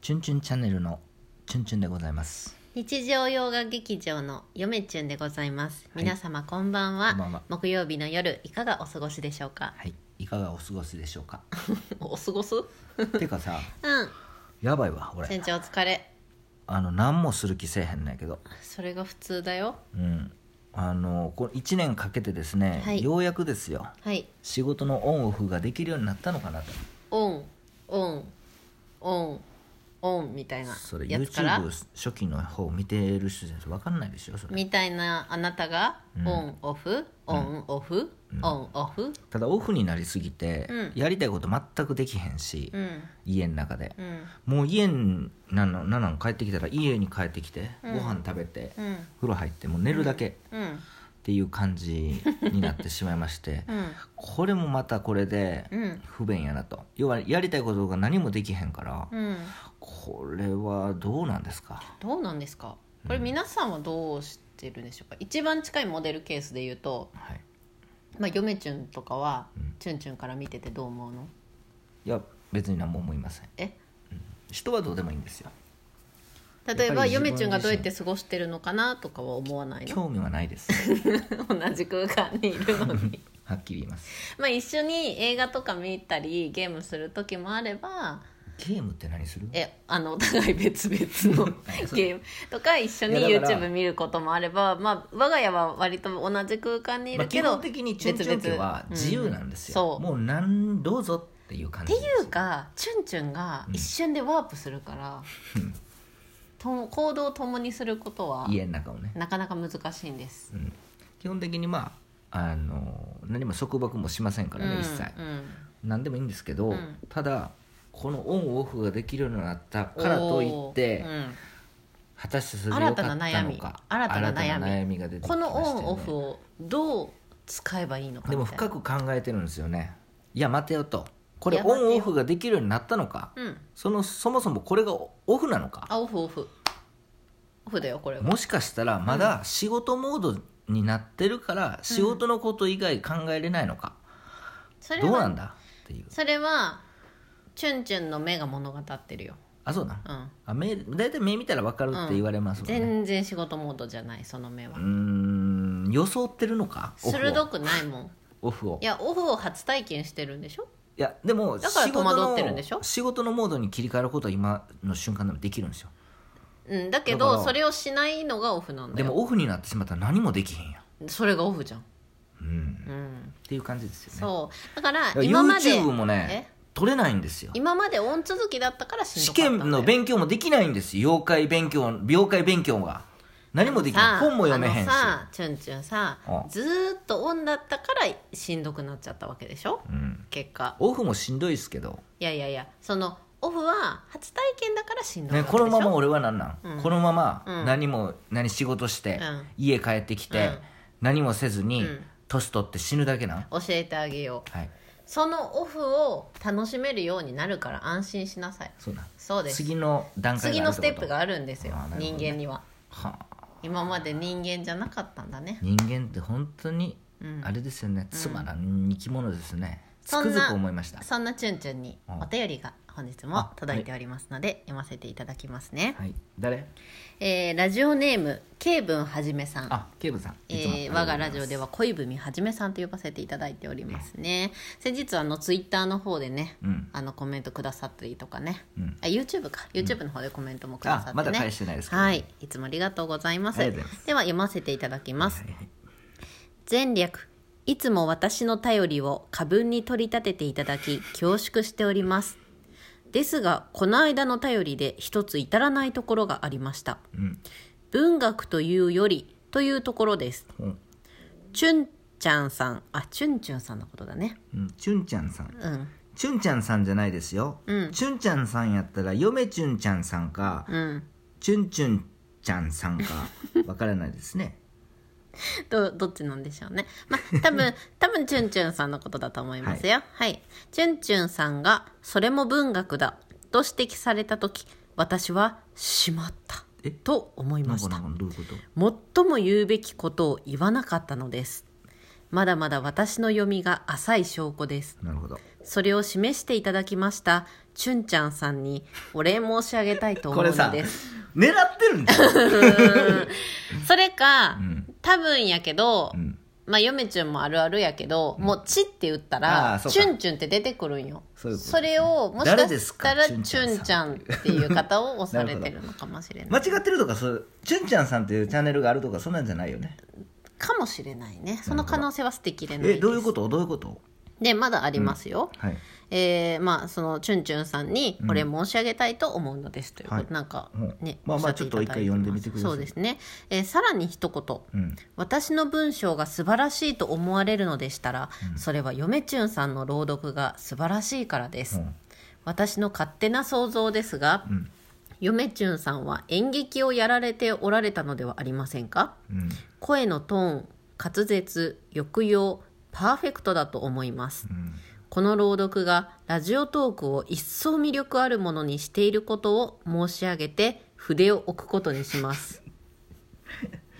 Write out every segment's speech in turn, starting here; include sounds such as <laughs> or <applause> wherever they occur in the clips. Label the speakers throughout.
Speaker 1: チュンチュンチャンネルのチュンチュンでございます。
Speaker 2: 日常洋画劇場のよめちゅんでございます。
Speaker 1: い
Speaker 2: 皆様こんばんは。
Speaker 1: こんばんは
Speaker 2: 木曜日の夜いかがお過ごしでしょう
Speaker 1: <laughs>
Speaker 2: か。
Speaker 1: はい、いかがお過ごしでしょう
Speaker 2: <laughs>
Speaker 1: か。
Speaker 2: お過ごす？うん。
Speaker 1: てかさ、やばいわ、俺。
Speaker 2: 船長お疲れ。
Speaker 1: あの、何もする気せえへんねんけど。
Speaker 2: それが普通だよ。
Speaker 1: うん。あの、これ一年かけてですね、
Speaker 2: はい
Speaker 1: ようやくですよ。
Speaker 2: はい。
Speaker 1: 仕事のオンオフができるようになったのかなと。
Speaker 2: オンオンオンオンみたいな
Speaker 1: それ、
Speaker 2: やつから
Speaker 1: YouTube 初期の方見てる人じゃないと分かんないでしょ、それ。
Speaker 2: みたいなあなたがオンオフオンオフオンオフ
Speaker 1: ただ、オフになりすぎて、
Speaker 2: うん
Speaker 1: やりたいこと全くできへんし、
Speaker 2: うん
Speaker 1: 家の中で。
Speaker 2: うん
Speaker 1: もう家になのなの帰ってきたら家に帰ってきて、
Speaker 2: うん
Speaker 1: ご飯食べて、
Speaker 2: うん
Speaker 1: 風呂入ってもう寝るだけっ
Speaker 2: うん
Speaker 1: ていう感じになってしまいまして、
Speaker 2: <laughs> うん
Speaker 1: これもまたこれで
Speaker 2: うん
Speaker 1: 不便やなと要はやりたいことが何もできへんから、
Speaker 2: うん
Speaker 1: これはどうなんですか
Speaker 2: どうなんですかこれ皆さんはどうしてるんでしょうか一番近いモデルケースで言うと
Speaker 1: はい
Speaker 2: まあ嫁チュンとかは
Speaker 1: うん
Speaker 2: チュンチュンから見ててどう思うの
Speaker 1: いや別に何も思いません
Speaker 2: え
Speaker 1: 人はどうでもいいんですよ
Speaker 2: 例
Speaker 1: や
Speaker 2: え
Speaker 1: っぱ
Speaker 2: ば
Speaker 1: り自分
Speaker 2: 嫁チュンがどうやって過ごしてるのかなとかは思わないの
Speaker 1: 興味はないです <laughs>
Speaker 2: 同じ空間にいるのに
Speaker 1: はっきり言います
Speaker 2: まあ一緒に映画とか見たりゲームする時もあれば
Speaker 1: ゲームって何する
Speaker 2: えあのお互い別々のゲームとか一緒に
Speaker 1: いやだから
Speaker 2: YouTube 見ることもあれば、まあ、我が家は割と同じ空間にい
Speaker 1: まあ、
Speaker 2: る
Speaker 1: 基
Speaker 2: けど、
Speaker 1: 本的にチュンチュン家は自由なんですよ、
Speaker 2: うん
Speaker 1: もうなんどうぞっていう感じ
Speaker 2: っ
Speaker 1: で
Speaker 2: て
Speaker 1: す
Speaker 2: いうかチュンチュンが
Speaker 1: うん
Speaker 2: 一瞬でワープするから、と行動を共にすることは
Speaker 1: 家の中をね、
Speaker 2: なかなか難しいんです。
Speaker 1: うん、基本的にまああの何も束縛もしませんからね、
Speaker 2: うん
Speaker 1: 一切
Speaker 2: うん
Speaker 1: 何でもいいんですけど、
Speaker 2: うん
Speaker 1: ただこのオンオフができるようになったからといって
Speaker 2: お、ーうん
Speaker 1: 果たしてそれが良かったのか
Speaker 2: 新たな悩み新たな悩み
Speaker 1: みが出てき
Speaker 2: こ
Speaker 1: ました
Speaker 2: の
Speaker 1: よ
Speaker 2: オ
Speaker 1: ね
Speaker 2: ンオフをどう使えばいいのかみた
Speaker 1: で
Speaker 2: い
Speaker 1: も
Speaker 2: な
Speaker 1: 深く考えてるんですよねいや待てよとこ
Speaker 2: い
Speaker 1: れ
Speaker 2: や
Speaker 1: オ
Speaker 2: 待てよ
Speaker 1: ンオフができるようになったのか
Speaker 2: うん、
Speaker 1: そのそもそもこれがオフなのか
Speaker 2: あオフオフオフだよこれは
Speaker 1: もしかしたらまだ仕事モードになってるから仕事のこと以外考えれないのか、
Speaker 2: それ
Speaker 1: どうな
Speaker 2: は
Speaker 1: んだっていう
Speaker 2: それはチュンチュンの目が物語ってるよ、
Speaker 1: あそうなん
Speaker 2: うん、
Speaker 1: あ目大体目見たら分かるって言われますもんね、
Speaker 2: 全然仕事モードじゃないその目は
Speaker 1: うーん装ってるのかオフ
Speaker 2: 鋭
Speaker 1: を
Speaker 2: くないもん
Speaker 1: オフを
Speaker 2: いやオフを初体験してるんでしょ
Speaker 1: いやでも
Speaker 2: だから
Speaker 1: 仕事の
Speaker 2: 戸惑ってるんでしょ
Speaker 1: 仕事のモードに切り替えることは今の瞬間でもできるんですよ
Speaker 2: うん、だけ
Speaker 1: だか
Speaker 2: ど
Speaker 1: ら
Speaker 2: それをしないのがオフなんだ
Speaker 1: で
Speaker 2: よ
Speaker 1: もオフになってしまったら何もできへんや
Speaker 2: それがオフじゃん、
Speaker 1: ん、うん、
Speaker 2: うん、
Speaker 1: っていう感じですよね
Speaker 2: そうだから
Speaker 1: だから
Speaker 2: 今まで
Speaker 1: YouTube もね
Speaker 2: え
Speaker 1: 取れないんですよ
Speaker 2: 今までオン続きだったからしん
Speaker 1: 試
Speaker 2: どかったんだ
Speaker 1: 験
Speaker 2: よ
Speaker 1: の勉強もできないんですよ妖怪勉強妖怪勉強が何もできない
Speaker 2: さあ
Speaker 1: 本も読めへんし
Speaker 2: あのさチュンチュンさ
Speaker 1: うん
Speaker 2: ずーっとオンだったからしんどくなっちゃったわけでしょ
Speaker 1: うん、
Speaker 2: 結果
Speaker 1: オフもしんどいですけど、
Speaker 2: いやいやいやそのオフは初体験だからしんどい
Speaker 1: ね、
Speaker 2: わけ
Speaker 1: こ
Speaker 2: でしょ、
Speaker 1: のまま俺は何なん、このまま
Speaker 2: うん
Speaker 1: 何も、何仕事して、
Speaker 2: うん
Speaker 1: 家帰ってきて、
Speaker 2: うん
Speaker 1: 何もせずに
Speaker 2: うん
Speaker 1: 年、取って死ぬだけなん、
Speaker 2: 教えてあげよう
Speaker 1: はい
Speaker 2: そのオフを楽しめるようになるから安心しなさい
Speaker 1: そうなん
Speaker 2: そうです
Speaker 1: 次の段階
Speaker 2: 次
Speaker 1: がある
Speaker 2: の
Speaker 1: っ
Speaker 2: ス
Speaker 1: て
Speaker 2: テ
Speaker 1: こ
Speaker 2: ッ
Speaker 1: と
Speaker 2: プがあるんですよ
Speaker 1: あーなるほど
Speaker 2: 人
Speaker 1: ね
Speaker 2: 間には
Speaker 1: はあ
Speaker 2: 今まで人間じゃなかったんだね
Speaker 1: 人間って本当に
Speaker 2: うん
Speaker 1: あれですよね、つまらん生き物ですねつ
Speaker 2: そ
Speaker 1: く
Speaker 2: んな
Speaker 1: づく思いました
Speaker 2: そんなチュンチュンにお便りが本日も届いておりますので読ませていただきますね、
Speaker 1: はい誰
Speaker 2: えーラジオネームケイブンはじめさん
Speaker 1: あケイブさんいつもあり
Speaker 2: えー
Speaker 1: がとうご
Speaker 2: 我
Speaker 1: ざいます
Speaker 2: がラジオでは恋文はじめさんと呼ばせていただいておりますね先日あのツイッターの方でね、
Speaker 1: うん
Speaker 2: あのコメントくださったりとかね、
Speaker 1: うん
Speaker 2: あ YouTube か YouTube の方でコメントもくださってね、
Speaker 1: あまだ返してないですけどね
Speaker 2: はいいつもありがとうございます
Speaker 1: ありがとうございま
Speaker 2: では読ませていただきます、
Speaker 1: はいはい
Speaker 2: 前略いつも私の頼りを過分に取り立てていただき恐縮しておりますですがこの間の頼りで一つ至らないところがありました、
Speaker 1: ん
Speaker 2: 文学というよりというところです
Speaker 1: うん
Speaker 2: チュンちゃんさんあチュンチュンさんのことだね
Speaker 1: うんチュンちゃんさん
Speaker 2: うん
Speaker 1: チュンちゃんさんじゃないですよ、チュンちゃんさんやったら嫁チュンちゃんさんか、
Speaker 2: うん
Speaker 1: チュンチュンちゃんさんかわからないですね
Speaker 2: どどっちなんでしょうねまあ多
Speaker 1: <laughs>
Speaker 2: 分多分チュンチュンさんのことだと思いますよはい、チュンチュンさんが「それも文学だ」と指摘された時私は「しまった
Speaker 1: え」
Speaker 2: と思い
Speaker 1: な
Speaker 2: ま
Speaker 1: んか
Speaker 2: し
Speaker 1: な
Speaker 2: た
Speaker 1: んかどういうこと
Speaker 2: 最も言うべきことを言わなかったのですまだまだ私の読みが浅い証拠です。
Speaker 1: なるほど
Speaker 2: それを示していただきました、チュンちゃんさんにお礼申し上げたいと思
Speaker 1: こ
Speaker 2: う
Speaker 1: れ
Speaker 2: の
Speaker 1: さ
Speaker 2: です。
Speaker 1: 狙ってるんだ
Speaker 2: <laughs>
Speaker 1: よ、
Speaker 2: それか、
Speaker 1: ん
Speaker 2: 多分やけど、
Speaker 1: うん、
Speaker 2: まあ、嫁ちゅんもあるあるやけど、もう、ちって打った
Speaker 1: あー
Speaker 2: ら、
Speaker 1: そうか
Speaker 2: チュンチュンって出てくるんよ。
Speaker 1: そ
Speaker 2: そう
Speaker 1: いうこと
Speaker 2: れを、もし
Speaker 1: 誰
Speaker 2: か
Speaker 1: です
Speaker 2: し
Speaker 1: か
Speaker 2: たら、
Speaker 1: チ
Speaker 2: チ
Speaker 1: ュンちゃ
Speaker 2: ュ
Speaker 1: ん
Speaker 2: ンち
Speaker 1: さ
Speaker 2: ゃ
Speaker 1: ん
Speaker 2: んっていう方を押されてるのかもしれな <laughs>
Speaker 1: 間
Speaker 2: い。
Speaker 1: 違ってるとかそうチュンちゃんさんっていうチャンネルがあるとかそんなんじゃないよね
Speaker 2: かもしれないね。その可能性は捨てきれないで
Speaker 1: え
Speaker 2: す。
Speaker 1: どういうことどういうこと
Speaker 2: で、まだありますよ。
Speaker 1: はい
Speaker 2: えーまあそのチュンチュンさんにこれ申し上げたいと思うのですというこ
Speaker 1: は
Speaker 2: と、
Speaker 1: い
Speaker 2: なんか
Speaker 1: うん
Speaker 2: ね、
Speaker 1: まあまあ
Speaker 2: おっしゃていただい
Speaker 1: ちょっと一回読ん
Speaker 2: ます
Speaker 1: でみてください
Speaker 2: そうですね、えーさらに一言
Speaker 1: うん
Speaker 2: 私の文章が素晴らしいと思われるのでしたら、それは嫁チュンさんの朗読が素晴らしいからです、
Speaker 1: うん
Speaker 2: 私の勝手な想像ですが、
Speaker 1: ん
Speaker 2: 嫁チュンさんは演劇をやられておられたのではありませんか
Speaker 1: うん
Speaker 2: 声のトーン滑舌抑揚パーフェクトだと思います
Speaker 1: うん
Speaker 2: この朗読がラジオトークを一層魅力あるものにしていることを申し上げて筆を置くことにします
Speaker 1: <laughs>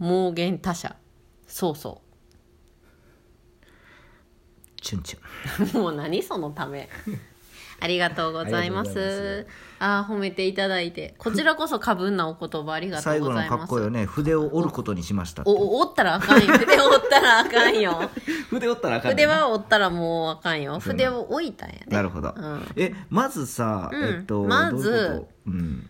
Speaker 2: 盲言他者そうそ
Speaker 1: チュンチュン
Speaker 2: う <laughs> もう何そのためありがとうございま
Speaker 1: ありがとうござい
Speaker 2: すああー褒めていただいてこちらこそ過分なお言葉ありがと
Speaker 1: 最
Speaker 2: う
Speaker 1: 後
Speaker 2: ご
Speaker 1: の
Speaker 2: ざい
Speaker 1: か
Speaker 2: ま
Speaker 1: っ
Speaker 2: す
Speaker 1: こいいよね筆を折ることにしましたって
Speaker 2: おお折ったらあ
Speaker 1: <laughs>
Speaker 2: かんよ筆折ったらあかんよ
Speaker 1: 筆折ったらあかんね
Speaker 2: 筆は折ったらもうあかんよ
Speaker 1: そうね
Speaker 2: 筆を置いたんや
Speaker 1: な
Speaker 2: ね
Speaker 1: るほど、
Speaker 2: うん
Speaker 1: えまずさ、
Speaker 2: うん
Speaker 1: えっと
Speaker 2: まず
Speaker 1: どういうことうん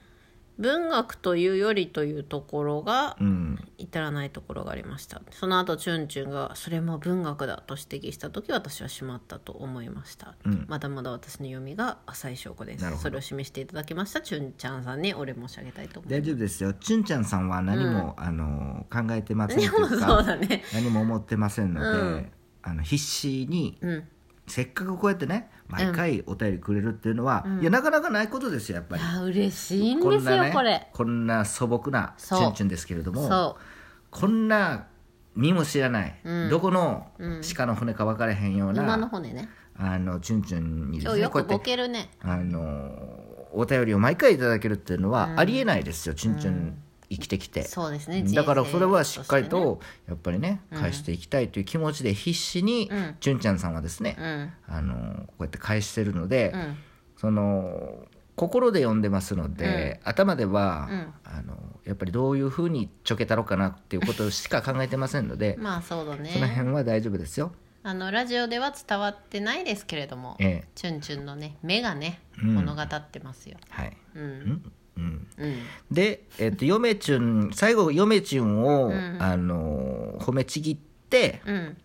Speaker 2: 文学というよりというところが
Speaker 1: うん
Speaker 2: 至らないところがありましたその後チュンチュンが「それも文学だ」と指摘した時私はしまったと思いました、
Speaker 1: うん
Speaker 2: まだまだ私の読みが浅い証拠で
Speaker 1: なる
Speaker 2: す
Speaker 1: ほど
Speaker 2: それを示していただきましたチュンちゃんさんにお礼申し上げたいと思い
Speaker 1: 大
Speaker 2: ま
Speaker 1: 丈夫ですよチュンちゃんさんは何も、あの考えてません
Speaker 2: す
Speaker 1: とい
Speaker 2: でも
Speaker 1: う
Speaker 2: <laughs> そ
Speaker 1: か
Speaker 2: うだね
Speaker 1: 何も思ってませんので、
Speaker 2: うん
Speaker 1: あの必死に
Speaker 2: うん
Speaker 1: せっかくこうやってね毎回お便りくれるっていうのは、いやなかなかないことですよやっぱり、
Speaker 2: あ嬉しいん
Speaker 1: こ
Speaker 2: で
Speaker 1: ん
Speaker 2: すよ
Speaker 1: なね
Speaker 2: これ
Speaker 1: こんな素朴なチ
Speaker 2: そう
Speaker 1: ュンチュンですけれども
Speaker 2: そ
Speaker 1: こんな身も知らない、どこの鹿の骨か分からへんよう
Speaker 2: う
Speaker 1: な、
Speaker 2: 馬の骨ね
Speaker 1: あのチュンチュンにで
Speaker 2: 今
Speaker 1: す
Speaker 2: 日
Speaker 1: ね
Speaker 2: よ
Speaker 1: こうや
Speaker 2: く
Speaker 1: って
Speaker 2: ボケるね
Speaker 1: あのお便りを毎回いただけるっていうのはありえないですよ、チュンチュン生きてきて、
Speaker 2: そうですね
Speaker 1: だから
Speaker 2: 人生
Speaker 1: それはしっかり
Speaker 2: してね
Speaker 1: とやっぱりね返していきたいという気持ちで必死に、
Speaker 2: うん
Speaker 1: チュンちゃんさんはですね、
Speaker 2: うん
Speaker 1: あのこうやって返してるので、
Speaker 2: うん
Speaker 1: その心で読んでますので、頭では、あのやっぱりどういうふうにちょけたろかなっていうことしか考えてませんので、
Speaker 2: まあそうだ
Speaker 1: その
Speaker 2: ね
Speaker 1: 辺は大丈夫ですよ。
Speaker 2: あのラジオでは伝わってないですけれども
Speaker 1: ええ
Speaker 2: チュンチュンのね目がね、
Speaker 1: うん
Speaker 2: 物語ってますよ
Speaker 1: はい
Speaker 2: うん
Speaker 1: うん
Speaker 2: うん
Speaker 1: で、えっと、嫁チュン最後嫁チュンを、
Speaker 2: ん
Speaker 1: あの褒めちぎって
Speaker 2: うん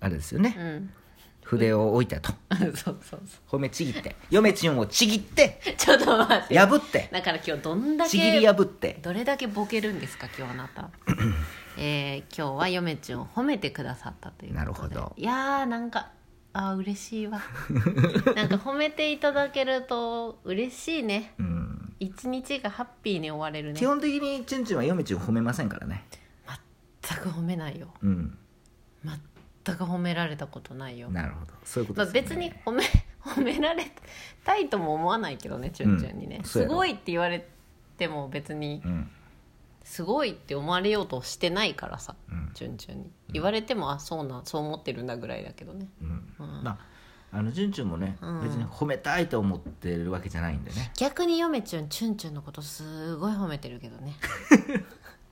Speaker 1: あれですよね、
Speaker 2: うん <laughs>
Speaker 1: 筆を置いたと
Speaker 2: そうそうそ
Speaker 1: 褒めちぎって嫁チュンをちぎって
Speaker 2: うちょっと待って
Speaker 1: 破
Speaker 2: <laughs>
Speaker 1: って
Speaker 2: だから今日どんだ
Speaker 1: ちぎり
Speaker 2: け
Speaker 1: 破って
Speaker 2: どれだけボケるんですか今日あ
Speaker 1: <clears throat>
Speaker 2: なたえー、今日は嫁ちゅんを褒めてくださったというこ
Speaker 1: な
Speaker 2: とで
Speaker 1: るほど
Speaker 2: いやーなんかあー嬉しい
Speaker 1: <laughs>
Speaker 2: わなんか褒めていただけると嬉しいね
Speaker 1: うん
Speaker 2: 一日がハッピーに終われるね
Speaker 1: 基本的にチュンチュンは嫁チュン褒めませんからね
Speaker 2: 全く褒めないよ
Speaker 1: うん
Speaker 2: 全く褒められたことないよ
Speaker 1: なるほどそういうこと
Speaker 2: まあ、
Speaker 1: です、ね
Speaker 2: 別に褒め <laughs> 褒められたいとも思わないけどねチュンチュンにね、
Speaker 1: うんそう
Speaker 2: す
Speaker 1: やろ
Speaker 2: ごいって言われても別に
Speaker 1: うん
Speaker 2: すごいって思われようとしてないからさ、
Speaker 1: うん
Speaker 2: チュンチュンに言われてもあそうなんそう思ってるんだぐらいだけどね
Speaker 1: うん
Speaker 2: うん
Speaker 1: まああのチュンチュンもね、
Speaker 2: うん
Speaker 1: 別に褒めたいと思ってるわけじゃないんでね
Speaker 2: 逆に嫁チュンチュンチュンのことすごい褒めてるけど
Speaker 1: <laughs>
Speaker 2: ね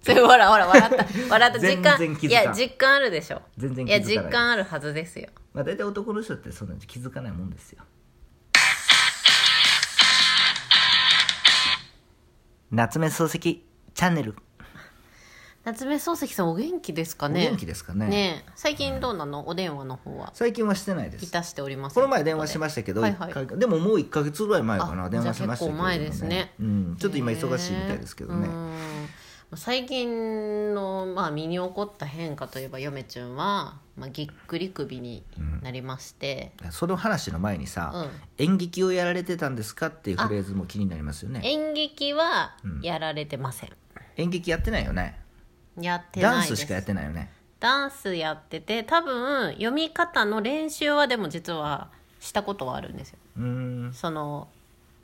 Speaker 2: それほらほら笑った笑った実
Speaker 1: 全然
Speaker 2: 感
Speaker 1: 気づ
Speaker 2: い
Speaker 1: かん
Speaker 2: や実感あるでしょ
Speaker 1: 全然
Speaker 2: い
Speaker 1: 気づ
Speaker 2: や
Speaker 1: かない
Speaker 2: 実感あるはずですよ
Speaker 1: まあ、大体男の人ってそんなに気づかないもんですよ夏目漱石チャンネル、
Speaker 2: 夏目漱石さんお元気ですかね
Speaker 1: お元気ですかね
Speaker 2: ねえ最近どうなの、お電話の方は
Speaker 1: 最近はしてないで
Speaker 2: い
Speaker 1: す
Speaker 2: たしております
Speaker 1: この前電話しま
Speaker 2: し
Speaker 1: したけど、
Speaker 2: はいはい
Speaker 1: 一回でももう1か月ぐらい前かな
Speaker 2: あ
Speaker 1: 電話しましたけど、
Speaker 2: じゃあ結構前ですね
Speaker 1: うん、ちょっと今忙しいみたいですけどね、
Speaker 2: 最近の、まあ、身に起こった変化といえば嫁ちゅんは、まあ、ぎっくり首になりまして、
Speaker 1: その話の前にさ、演劇をやられてたんですかっていうフレーズも気になりますよね
Speaker 2: 演劇はやられてません、
Speaker 1: 演劇やってないよね
Speaker 2: やって
Speaker 1: ダン
Speaker 2: ない
Speaker 1: ス
Speaker 2: で
Speaker 1: し
Speaker 2: す
Speaker 1: かやってないよね
Speaker 2: ダンスやってて多分読み方の練習はでも実はしたことはあるんですよ
Speaker 1: うーん
Speaker 2: その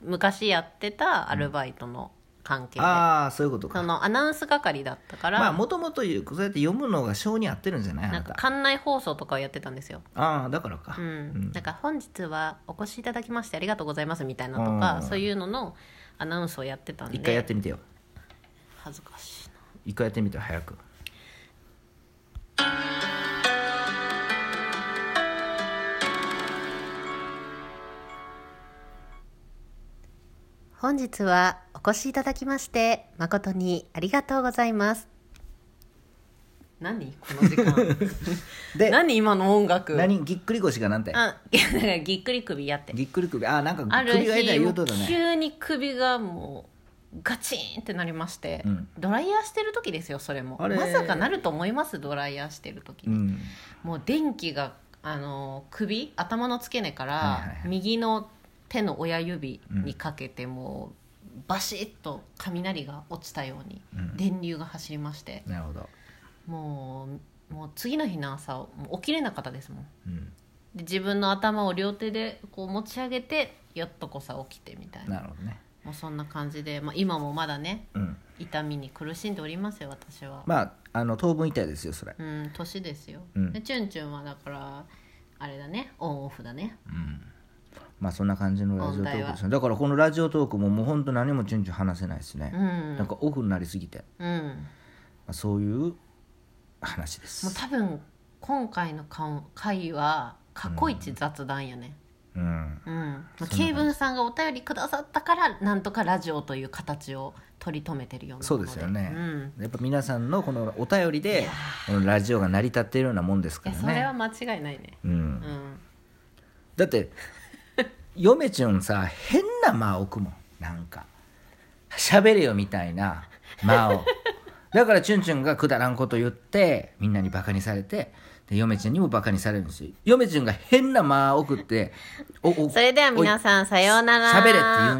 Speaker 2: 昔やってたアルバイトの関係で
Speaker 1: ああそういうことか
Speaker 2: そのアナウンス係だったから、
Speaker 1: まあもともとそうやって読むのが性に合ってるんじゃないあ
Speaker 2: な
Speaker 1: なん
Speaker 2: か
Speaker 1: た
Speaker 2: 館内放送とかをやってたんですよ
Speaker 1: ああだからか、
Speaker 2: うん、
Speaker 1: ん
Speaker 2: なんか本日はお越しいただきましてありがとうございますみたいなとか、
Speaker 1: うん
Speaker 2: そういうののアナウンスをやってたんで
Speaker 1: 一回やってみてよ
Speaker 2: 恥ずかしいな
Speaker 1: 一回やってみて早く
Speaker 2: 本日はお越しいただきまして誠にありがとうございます何この時 <laughs> 間
Speaker 1: で
Speaker 2: 何今の音楽
Speaker 1: 何ぎっくり腰がなんて
Speaker 2: あいやだからぎっくり首やって
Speaker 1: ぎっくり首ああなん
Speaker 2: あ
Speaker 1: か
Speaker 2: る
Speaker 1: 首が痛い
Speaker 2: 日
Speaker 1: 言うとだね
Speaker 2: 急に首がもうガチーンってなりまして、
Speaker 1: うん
Speaker 2: ドライヤーしてる時ですよそれも
Speaker 1: あれ
Speaker 2: まさかなると思いますドライヤーしてる時
Speaker 1: う
Speaker 2: に、
Speaker 1: ん
Speaker 2: もう電気があの首頭の付け根か
Speaker 1: はいはい
Speaker 2: ら
Speaker 1: はい
Speaker 2: 右の手の親指にかけてもうバシッと雷が落ちたように
Speaker 1: うん
Speaker 2: 電流が走りまして、
Speaker 1: なるほど、
Speaker 2: もうもう次の日の朝もう起きれなかったですもん
Speaker 1: うん、
Speaker 2: で自分の頭を両手でこう持ち上げてやっとこさ起きてみたいな
Speaker 1: なるほどね
Speaker 2: もうそんな感じで、まあ、今もまだね
Speaker 1: うん
Speaker 2: 痛みに苦しんでおりますよ私は、
Speaker 1: まああの当分痛いですよそれ
Speaker 2: うん年ですよ、
Speaker 1: うん
Speaker 2: でチュンチュンはだからあれだねオンオフだね
Speaker 1: まあそんな感じのラジオトークですねだからこのラジオトークももう本当何も順々話せないですね、
Speaker 2: うん
Speaker 1: なんかオフになりすぎて、ま
Speaker 2: うん
Speaker 1: あ、そういう話で
Speaker 2: もう
Speaker 1: す
Speaker 2: 多分今回のか回は過去一雑談やね
Speaker 1: うん
Speaker 2: うん、まあ、ケイブンさんがお便りくださったからなんとかラジオという形を取り留めてるようなも
Speaker 1: そ
Speaker 2: の
Speaker 1: うですよね、
Speaker 2: うん
Speaker 1: やっぱ皆さんのこのお便りでこのラジオが成り立っているようなもんです
Speaker 2: い
Speaker 1: か
Speaker 2: や
Speaker 1: ら
Speaker 2: それは
Speaker 1: ね、
Speaker 2: 間違いないね
Speaker 1: うん
Speaker 2: う、ん
Speaker 1: だって嫁ちゃんさ変な間を置くもんなんか喋れよみたいな間をだからチュンチュンがくだらんこと言ってみんなにバカにされてで嫁ちゃんにもバカにされるんですよ嫁ちゃんが変な間を送っておお
Speaker 2: それでは皆さんさようなら
Speaker 1: 喋れって言うんよ